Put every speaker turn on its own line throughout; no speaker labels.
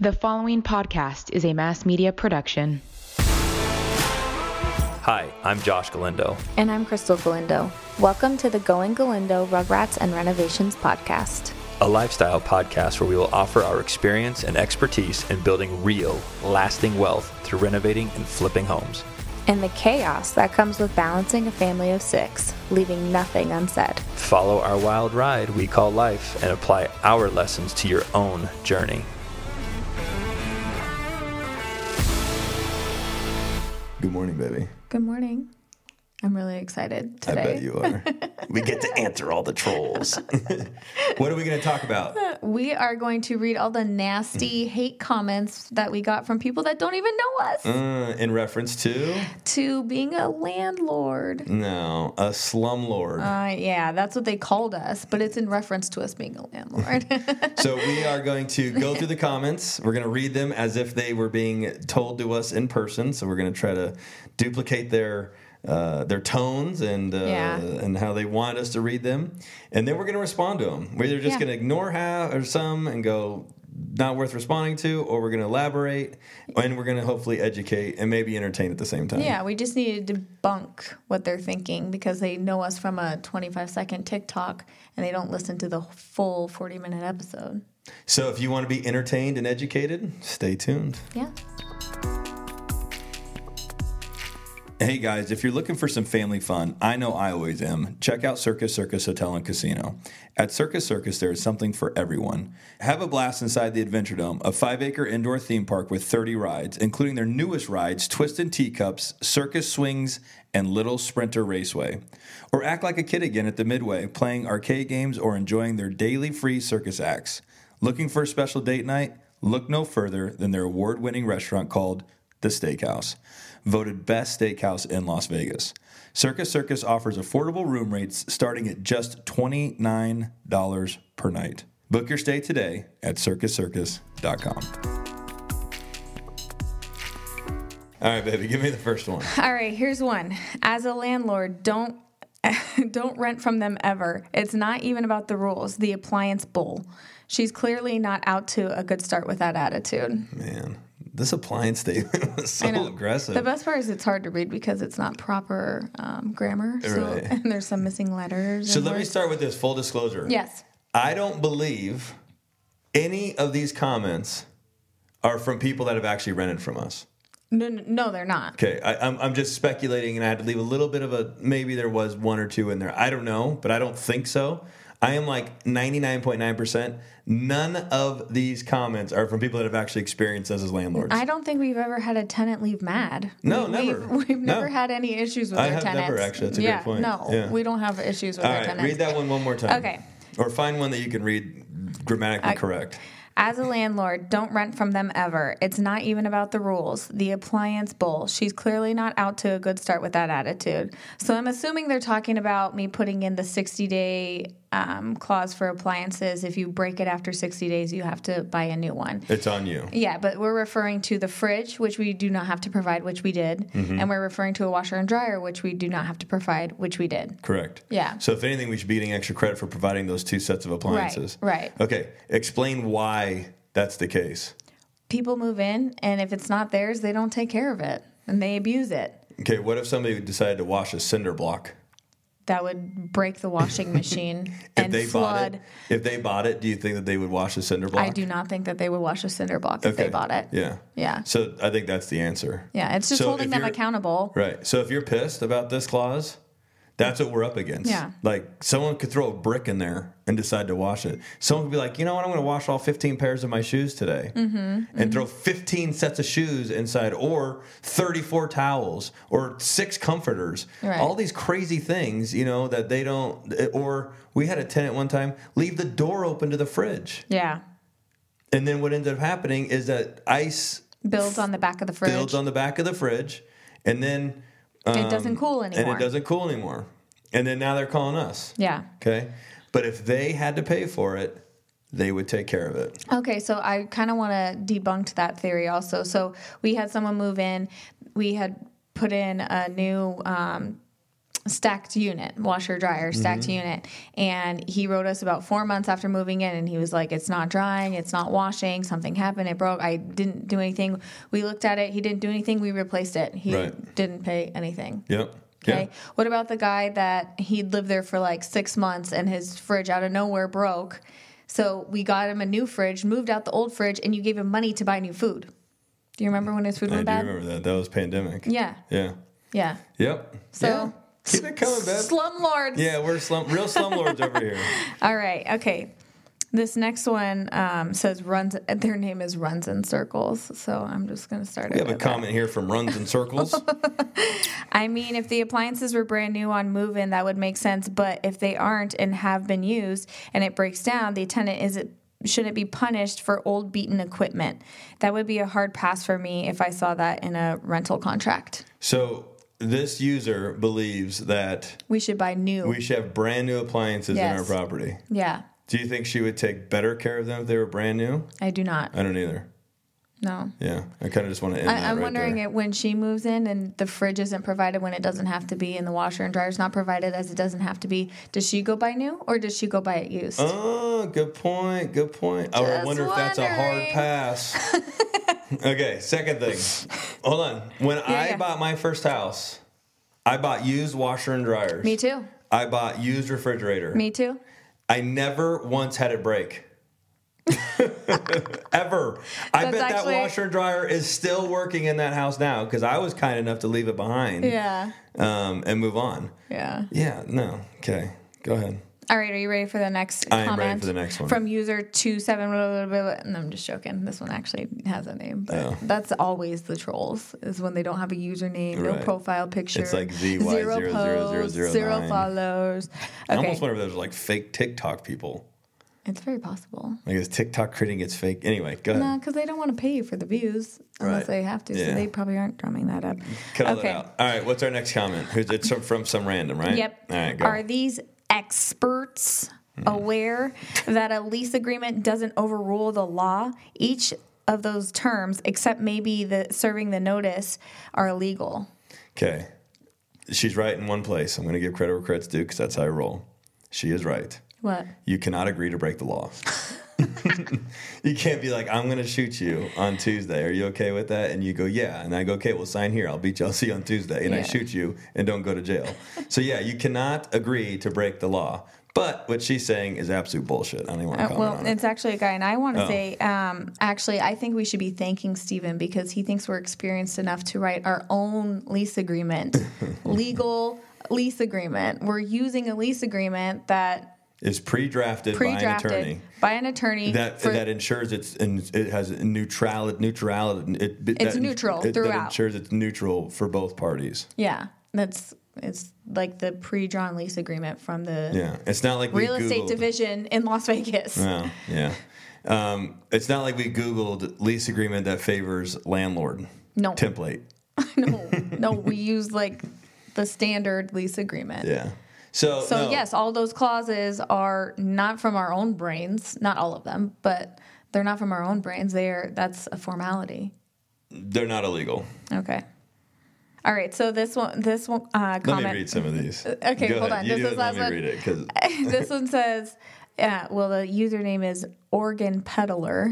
The following podcast is a mass media production.
Hi, I'm Josh Galindo.
And I'm Crystal Galindo. Welcome to the Going Galindo Rugrats and Renovations podcast.
a lifestyle podcast where we will offer our experience and expertise in building real, lasting wealth through renovating and flipping homes.
And the chaos that comes with balancing a family of six, leaving nothing unsaid.
Follow our wild ride we call life and apply our lessons to your own journey.
Good morning, baby.
Good morning. I'm really excited today.
I bet you are. we get to answer all the trolls. what are we going to talk about?
We are going to read all the
Mm.
nasty hate comments that we got from people that don't even know us
Uh, in reference to?
to being a landlord.
No, a slumlord.
Uh, yeah, that's what they called us, but it's in reference to us being a landlord.
so we are going to go through the comments. We're going to read them as if they were being told to us in person. So we're going to try to duplicate their uh, their tones and uh,
Yeah.
and how they want us to read them, and then we're going to respond to them. We're either just
Yeah.
going to ignore half or some and go not worth responding to, or we're going to elaborate and we're going to hopefully educate and maybe entertain at the same time.
Yeah, we just need to debunk what they're thinking because they know us from a 25 second TikTok and they don't listen to the full 40 minute episode.
So if you want to be entertained and educated, stay tuned.
Yeah.
Hey guys, if you're looking for some family fun, I know I always am. Check out Circus Circus Hotel and Casino. At Circus Circus, there is something for everyone. Have a blast inside the Adventure Dome, a five acre indoor theme park with 30 rides, including their newest rides, Twist and Teacups, Circus Swings, and Little Sprinter Raceway. Or act like a kid again at the Midway, playing arcade games or enjoying their daily free circus acts. Looking for a special date night? Look no further than their award winning restaurant called the Steakhouse, voted best steakhouse in Las Vegas. Circus Circus offers affordable room rates starting at just $29 per night. Book your stay today at circuscircus.com. All right, baby, give me the first one.
All right, here's one. As a landlord, don't don't rent from them ever. It's not even about the rules, the appliance bull. She's clearly not out to a good start with that attitude.
Man, this appliance statement was so
I know.
aggressive.
The best part is it's hard to read because it's not proper um, grammar. So,
Right.
And there's some missing letters.
so
and
let me
words.
start with this full disclosure.
Yes.
I don't believe any of these comments are from people that have actually rented from us.
No, no, no, they're not.
Okay, I, I'm, I'm just speculating, and I had to leave a little bit of a maybe there was one or two in there. I don't know, but I don't think so. I am like 99.9%. None of these comments are from people that have actually experienced us as landlords.
I don't think we've ever had a tenant leave mad.
No,
We- we've,
never.
We've
No.
never had any issues with
I
our
have never,
tenants.
actually. That's a good
yeah,
point.
No,
Yeah.
we don't have issues with
All
our
right,
tenants.
read that one one more time.
Okay.
Or find one that you can read grammatically correct.
As a landlord, don't rent from them ever. It's not even about the rules. The appliance bull. She's clearly not out to a good start with that attitude. So I'm assuming they're talking about me putting in the 60 day um, clause for appliances. If you break it after 60 days, you have to buy a new one.
It's on you.
Yeah, but we're referring to the fridge, which we do not have to provide, which we did.
Mm-hmm.
And we're referring to a washer and dryer, which we do not have to provide, which we did.
Correct.
Yeah.
So if anything, we should be getting extra credit for providing those two sets of appliances.
right.
Okay. Explain why that's the case.
People move in, and if it's not theirs, they don't take care of it and they abuse it.
Okay. What if somebody decided to wash a cinder block?
That would break the washing machine
If
and
they bought
flood.
it, if they bought it, do you think that they would wash a cinder block?
I do not think that they would wash a cinder block if they bought it.
Yeah.
Yeah.
So I think that's the answer.
Yeah, it's just
So
holding
if
them
you're-
accountable.
Right. So if you're pissed about this clause, that's what we're up against.
Yeah.
Like someone could throw a brick in there and decide to wash it. Someone could be like, you know what, I'm going to wash all 15 pairs of my shoes today
Mm-hmm.
and throw 15 sets of shoes inside, or 34 towels, or six comforters.
Right.
All these crazy things, you know, that they don't. Or we had a tenant one time leave the door open to the fridge.
Yeah.
And then what ends up happening is that ice
Builds on the back of the fridge.
builds on the back of the fridge, and then
It doesn't cool anymore.
and it doesn't cool anymore. And then now they're calling us.
Yeah.
Okay. But if they had to pay for it, they would take care of it.
Okay, so I kind of want to debunk that theory also. So we had someone move in. We had put in a new um, stacked unit, washer dryer stacked unit. And he wrote us about four months after moving in, and he was like, "It's not drying, it's not washing. Something happened. It broke. I didn't do anything. We looked at it. He didn't do anything. We replaced it. He
Right.
didn't pay anything."
Yep.
Okay. What about the guy that he'd lived there for like six months and his fridge out of nowhere broke? So we got him a new fridge, moved out the old fridge, and you gave him money to buy new food. Do you remember when his food
Yeah. I
went
do
bad?
remember that. That was pandemic.
Yeah.
Yeah.
Yeah.
Yep.
So-
Yeah. keep it coming, babe.
Slumlords.
yeah, we're slum real slumlords over here.
All right. Okay. This next one um, says runs. Their name is runs in circles. So I'm just going to start.
We
it
have a
with that.
comment here from Runs and Circles.
I mean, if the appliances were brand new on move in, that would make sense. But if they aren't and have been used and it breaks down, the tenant is shouldn't be punished for old beaten equipment. That would be a hard pass for me if I saw that in a rental contract.
So this user believes that
We should buy new.
we should have brand new appliances in our
Yes.
property.
yeah,
Do you think she would take better care of them if they were brand new?
I do not.
I don't either.
No.
Yeah, I kind of just want to end that
I, I'm
right
wondering
there.
it when she moves in and the fridge isn't provided when it doesn't have to be, and the washer and dryer's not provided as it doesn't have to be. Does she go buy new or does she go buy it used?
Oh, good point. Good point. Oh, I would
Just
wonder if that's a hard
wondering.
pass. okay, second thing. Hold on. When I
yeah.
bought my first house, I bought used washer and dryers.
Me too.
I bought used refrigerator.
Me too.
I never once had it break. Ever. I
That's
bet
actually-
that washer and dryer is still working in that house now because I was kind enough to leave it behind
Yeah.
um, and move on.
Yeah.
Yeah, no. Okay, go ahead.
All right, are you ready for the next
I am ready
comment?
for the next one.
From user 27 blah, blah, blah, blah. and I'm just joking. This one actually has a name, but
Oh.
that's always the trolls is when they don't have a username,
Right.
no profile picture.
It's like ZY zero zero
zero
zero
posts,
zero
zero
nine.
followers.
I almost
Okay.
wonder if those are like fake TikTok people.
It's very possible.
Like is TikTok creating its fake? Anyway, go ahead.
No, because they don't want to pay you for the views unless
Right.
they have to.
Yeah.
So they probably aren't drumming that up.
Cut all that out. All right, what's our next comment? Who's- It's some- from some random, right?
Yep.
All right, go.
Are these experts aware that a lease agreement doesn't overrule the law? Each of those terms, except maybe the serving the notice, are illegal.
Okay. She's right in one place. I'm going to give credit where credit's due because that's how I roll. She is right.
What?
You cannot agree to break the law. you can't be like, I'm going to shoot you on Tuesday. Are you okay with that? And you go, yeah. And I go, okay, well, sign here. I'll beat you. I'll see you on Tuesday. And I
Yeah.
shoot you and don't go to jail. so, yeah, you cannot agree to break the law. But what she's saying is absolute bullshit. I don't even want to
Uh,
comment
well,
on it. Oh.
it's actually a guy, and I want to say, um, actually, I think we should be thanking Steven because he thinks we're experienced enough to write our own lease agreement, legal lease agreement. We're using a lease agreement that
It's pre-drafted,
pre-drafted
by an attorney.
by an attorney
That,
for-
that ensures it's and it has neutrality. Neutrality. It,
It's
that-
neutral
it- That
throughout.
ensures it's neutral for both parties.
Yeah, that's it's like the pre-drawn lease agreement from the
Yeah, it's not like
real
we
estate
Googled-
division in Las Vegas.
No, yeah. Um, it's not like we Googled lease agreement that favors landlord.
No.
Template.
no, no, we use like the standard lease agreement.
Yeah. So,
So
no.
yes, all those clauses are not from our own brains. Not all of them, but they're not from our own brains. They are. That's a formality.
they're not illegal.
Okay. All right. So this one, this one uh, comment.
Let me read some of these.
okay,
Go
hold
ahead.
on.
You
This
do
is
it, Let
last
me
one.
read it because
this one says, uh, well, the username is Organ Peddler.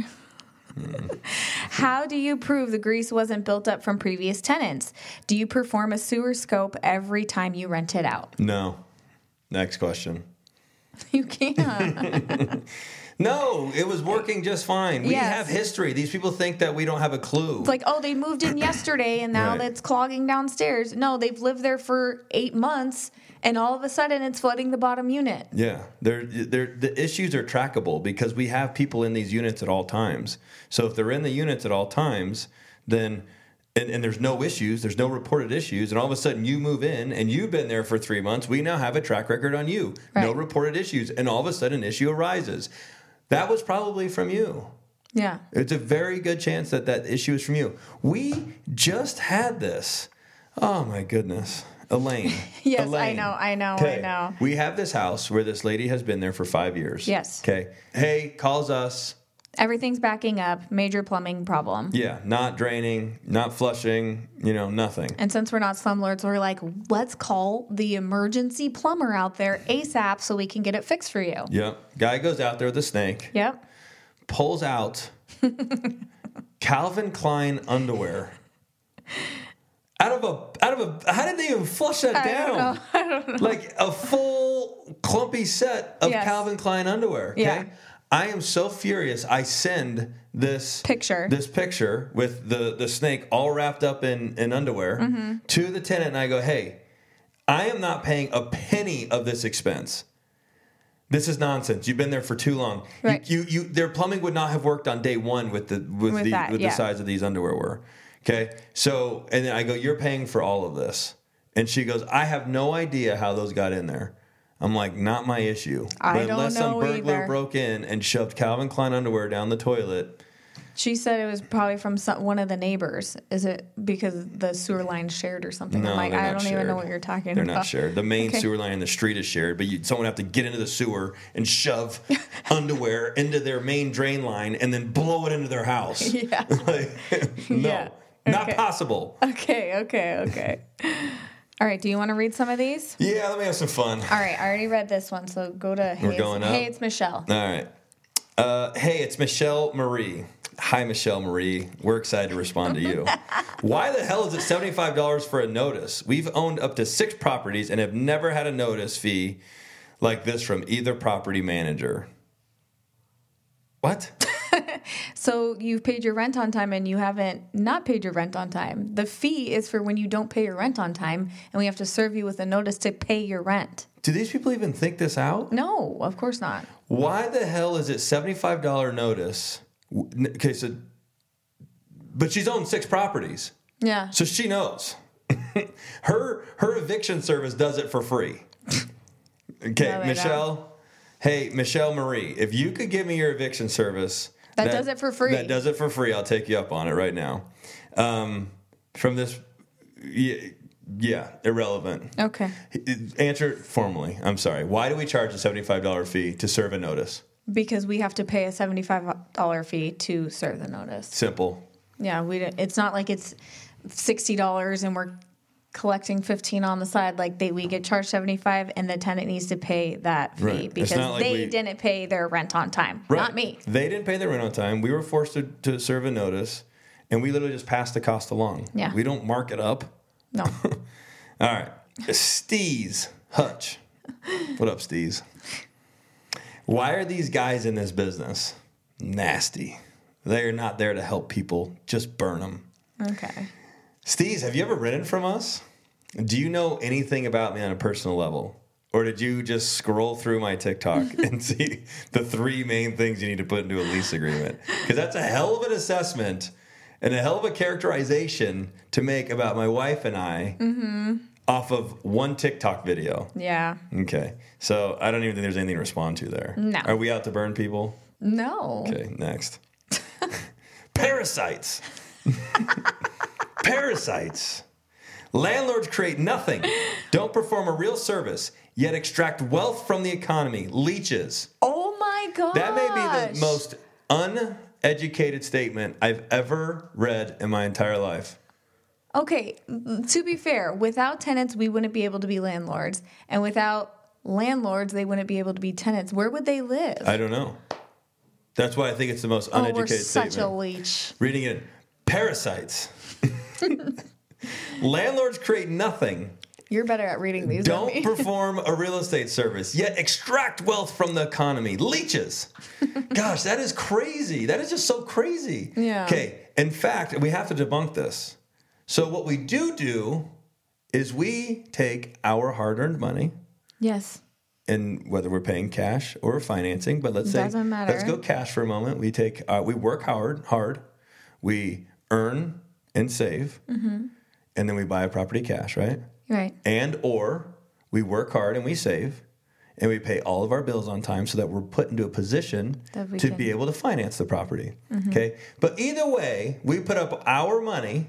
How do you prove the grease wasn't built up from previous tenants? Do you perform a sewer scope every time you rent it out?
no. Next question.
You can't.
No, it was working just fine. We
Yes.
have history. These people think that we don't have a clue.
It's like, oh, they moved in yesterday and now
Right.
it's clogging downstairs. No, they've lived there for eight months and all of a sudden it's flooding the bottom unit.
Yeah, they're, they're, the issues are trackable because we have people in these units at all times. So if they're in the units at all times, then and, and there's no issues, there's no reported issues, and all of a sudden you move in and you've been there for three months. We now have a track record on you, no
Right.
reported issues, and all of a sudden an issue arises. That was probably from you.
Yeah.
It's a very good chance that that issue is from you. We just had this. Oh my goodness. Elaine.
Yes, I
Elaine.
know, I know, I
'Kay.
know.
We have this house where this lady has been there for five years.
Yes.
Okay. Hey, calls us
Everything's backing up, major plumbing problem.
Yeah, not draining, not flushing, you know, nothing.
And since we're not slumlords, we're like, let's call the emergency plumber out there ASAP so we can get it fixed for you.
Yep. Guy goes out there with a snake,
Yep.
pulls out Calvin Klein underwear. Out of a out of a how did they even flush that down?
don't know.
Like a full clumpy set of
Yes.
Calvin Klein underwear. Okay.
Yeah.
I am so furious. I send this
Picture.
this picture with the the snake all wrapped up in in underwear
Mm-hmm.
to the tenant, and I go, "Hey, I am not paying a penny of this expense. This is nonsense. You've been there for too long. You-
Right.
You, you, their plumbing would not have worked on day one with the with,
With
the
that,
with
yeah.
the size of these underwear were. Okay, so and then I go, you're paying for all of this, and she goes, I have no idea how those got in there. I'm like, not my issue.
I
but
don't
unless some
know
burglar
either.
broke in and shoved Calvin Klein underwear down the toilet,
She said it was probably from some, one of the neighbors. Is it because the sewer line shared or something?
no,
I'm like,
they're
I
not
don't
shared.
even know what you're talking
They're
about.
not shared. The main
Okay.
sewer line in the street is shared, but you someone have to get into the sewer and shove underwear into their main drain line and then blow it into their house.
Yeah.
Like, no,
Yeah.
not
Okay.
possible.
Okay, okay, okay. All right, do you want to read some of these?
Yeah, let me have some fun.
All right, I already read this one, so go to Hey, it's-
going up?
hey it's Michelle.
All right. Uh, hey, it's Michelle Marie. Hi, Michelle Marie. We're excited to respond to you. Why the hell is it $75 for a notice? We've owned up to six properties and have never had a notice fee like this from either property manager. What?
So you've paid your rent on time and you haven't not paid your rent on time. The fee is for when you don't pay your rent on time and we have to serve you with a notice to pay your rent.
Do these people even think this out?
No, of course not.
Why the hell is it $75 notice? W- n- Okay, so, but she's owned six properties.
Yeah.
So she knows. her her eviction service does it for free. Okay,
No, they
Michelle. Hey, Michelle Marie, if you could give me your eviction service
That does it for free.
That does it for free. I'll take you up on it right now. Um, from this, yeah, yeah, irrelevant.
Okay.
Answer it formally. I'm sorry. Why do we charge a $75 fee to serve a notice?
Because we have to pay a $75 fee to serve the notice.
Simple.
Yeah, we don't- it's not like it's $60 and we're collecting 15 on the side like they we get charged 75 and the tenant needs to pay that fee
Right. It's
because
not like
they
we-
didn't pay their rent on time. Not me.
They didn't pay their rent on time. We were forced to, to serve a notice, and we literally just passed the cost along.
Yeah.
We don't mark it up.
No.
All right. Steez Hutch. What up, Steez? Why are these guys in this business? Nasty. They are not there to help people, just burn them.
okay.
Steez, have you ever rented from us? Do you know anything about me on a personal level? Or did you just scroll through my TikTok and see the three main things you need to put into a lease agreement? Because that's a hell of an assessment and a hell of a characterization to make about my wife and I off of one TikTok video.
Yeah.
Okay. So I don't even think there's anything to respond to there.
No.
Are we out to burn people?
No.
Okay, next. Parasites. Parasites. Landlords create nothing, don't perform a real service, yet extract wealth from the economy. Leeches.
Oh my god.
That may be the most uneducated statement I've ever read in my entire life.
Okay, to be fair, without tenants we wouldn't be able to be landlords and without landlords they wouldn't be able to be tenants. Where would they live?
I don't know. That's why I think it's the most
oh,
uneducated
we're
statement.
such a leech.
Reading it, parasites. Landlords create nothing,
You're better at reading these than
don't
me.
perform a real estate service, yet extract wealth from the economy. Leeches. Gosh, that is crazy. That is just so crazy.
Yeah.
Okay. In fact, we have to debunk this. So, what we do do is we take our hard earned money
yes.
and whether we're paying cash or financing, but let's say
Doesn't matter.
let's go cash for a moment. We take uh, we work hard, hard, we earn and save,
Mm-hmm.
and then we buy a property cash, right?
Right.
And or we work hard and we save, and we pay all of our bills on time, so that we're put into a position
That we
to
can-
be able to finance the property.
Mm-hmm.
Okay, but either way, we put up our money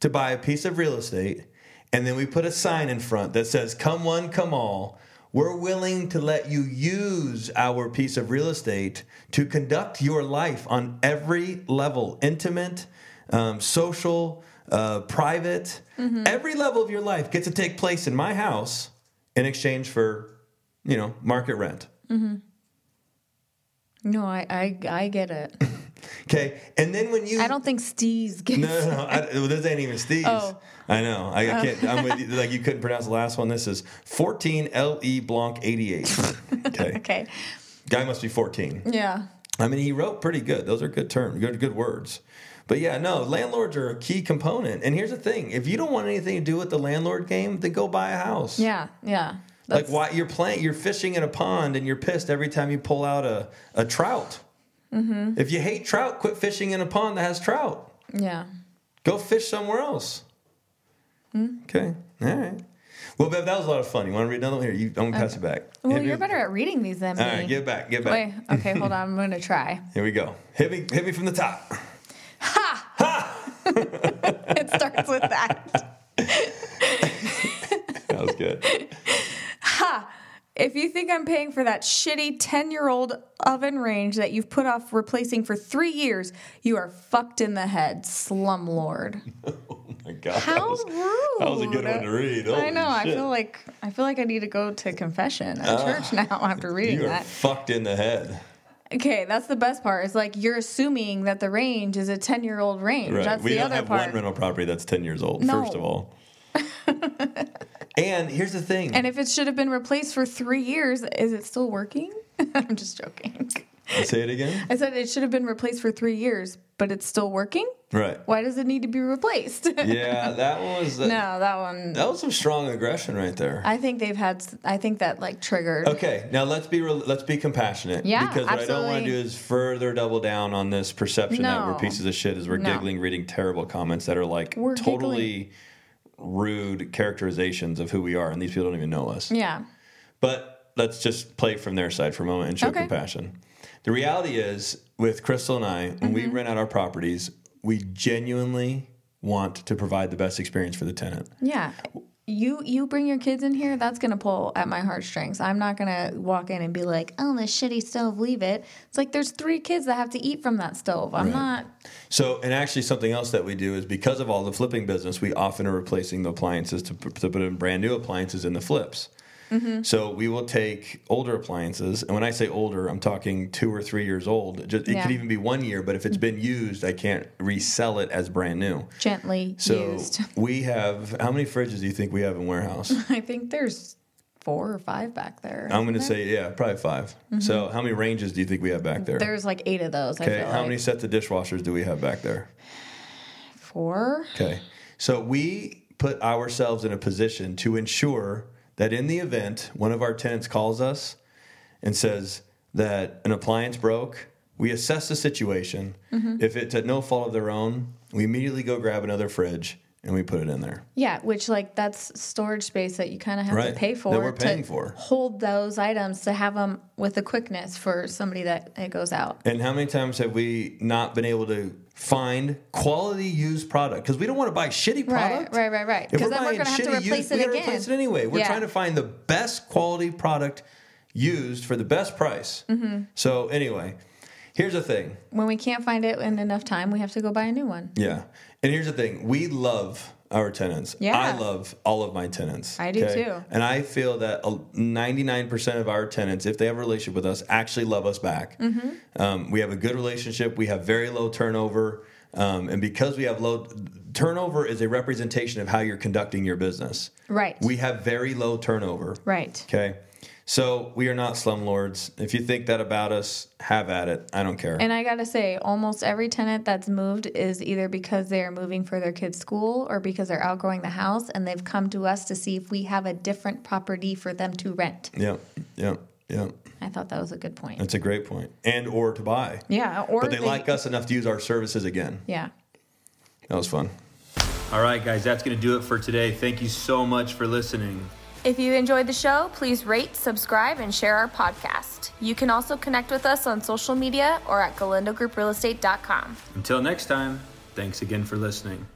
to buy a piece of real estate, and then we put a sign in front that says "Come one, come all." We're willing to let you use our piece of real estate to conduct your life on every level intimate, um, social, uh, private.
Mm-hmm.
Every level of your life gets to take place in my house in exchange for, you know, market rent.
No, I, I, I get it.
Okay. And then when you.
I don't think Steve's gets
No, no, no. I, well, this ain't even Steve's.
Oh.
I know. I, I can't. I'm with you. Like you couldn't pronounce the last one. This is 14 LE Blanc 88. Okay.
Okay.
Guy must be 14.
Yeah.
I mean, he wrote pretty good. Those are good terms, good good words. But yeah, no, landlords are a key component. And here's the thing: if you don't want anything to do with the landlord game, then go buy a house.
Yeah. Yeah.
like why you're playing? You're fishing in a pond, and you're pissed every time you pull out a a trout.
Mm-hmm.
If you hate trout, quit fishing in a pond that has trout.
Yeah.
Go fish somewhere else.
Hmm?
Okay. All right. Well, Bev, that was a lot of fun. You want to read another one? Here, you, I'm going to pass it back.
Well,
Hit me
you're
with-
better at reading these than me.
All right, get back. Get back.
Wait. Okay. Hold on. I'm going to try.
Here we go. Hit me, hit me from the top.
It starts with that.
That was good.
If you think I'm paying for that shitty 10 year old oven range that you've put off replacing for three years, you are fucked in the head, slumlord.
oh my God.
How
that was, That was a good
rude.
one to read.
I
Holy
know. I
shit. Ah,
feel like I feel like I need to go to confession at church now after reading
you are
that.
fucked in the head.
Okay, that's the best part. It's like you're assuming that the range is a 10 year old range.
Right.
That's
we
the
don't
other
have
part.
one rental property that's 10 years old,
No.
first of all. and here's the thing.
and if it should have been replaced for three years, is it still working? I'm just joking.
Say it again.
I said it should have been replaced for three years, but it's still working?
Right.
Why does it need to be replaced?
Yeah, that was
no, that one.
that was some strong aggression right there.
I think they've had, s- I think that like triggered.
Okay, now let's be real let's be compassionate.
Yeah,
Because what I don't want to
absolutely.
do is further double down on this perception that we're
No.
pieces of shit as we're
No.
giggling, reading terrible comments that are like
We're
totally rude characterizations of who we are, and these people don't even know us.
Yeah.
But let's just play from their side for a moment and show
Okay.
compassion. The reality is, with Crystal and I, when
Mm-hmm.
we rent out our properties, we genuinely want to provide the best experience for the tenant.
Yeah. You you bring your kids in here, that's gonna pull at my heartstrings. I'm not gonna walk in and be like, Oh, the shitty stove, leave it. It's like there's three kids that have to eat from that stove. I'm not
So, and actually, something else that we do is because of all the flipping business, we often are replacing the appliances to, p- to put in brand new appliances in the flips.
Mm-hmm.
So we will take older appliances, and when I say older, I'm talking two or three years old. It Just, It
Yeah.
could even be one year, but if it's been used, I can't resell it as brand new.
gently
So
used.
we have how many fridges do you think we have in warehouse?
I think there's four or five back there.
I'm going to say yeah, probably 5 So how many ranges do you think we have back there?
Mm-hmm. there's like eight of those, I
okay,
feel
how
like.
many sets of dishwashers do we have back there?
four?
Okay. So we put ourselves in a position to ensure that in the event one of our tenants calls us and says that an appliance broke, we assess the situation. If it's at no fault of their own, we immediately go grab another fridge and we put it in there.
Yeah, which like that's storage space that you kind of have
Right,
to pay
that
for.
we're
to
paying for.
Hold those items to have them with a quickness for somebody that it goes out.
And how many times have we not been able to find quality used product? Because we don't want to buy shitty product.
Right, right, right, right.
If
Because then we're
buying
going to have
shitty
to replace
used, we
it
gotta
again.
replace it anyway. We're
Yeah.
trying to find the best quality product used for the best price.
Mm-hmm.
So anyway, here's the thing.
When we can't find it in enough time, we have to go buy a new one.
Yeah, and here's the thing. We love our tenants.
Yeah.
I love all of my tenants.
I do too.
And I feel that a- 99% of our tenants, if they have a relationship with us, actually love us back.
Mm-hmm.
Um, we have a good relationship. We have very low turnover. Um, and because we have low turnover is a representation of how you're conducting your business.
Right.
We have very low turnover.
right.
Okay. So we are not slumlords. If you think that about us, have at it. I don't care.
And I got to say, almost every tenant that's moved is either because they are moving for their kids' school or because they're outgrowing the house and they've come to us to see if we have a different property for them to rent.
yeah. Yeah. Yeah.
I thought that was a good point.
That's a great point. And or to buy.
yeah. Or
But they like us enough to use our services again.
Yeah.
That was fun.
All right, guys, that's going to do it for today. Thank you so much for listening.
If you enjoyed the show, please rate, subscribe, and share our podcast. You can also connect with us on social media or at galindogrouprealestate.com.
Until next time, thanks again for listening.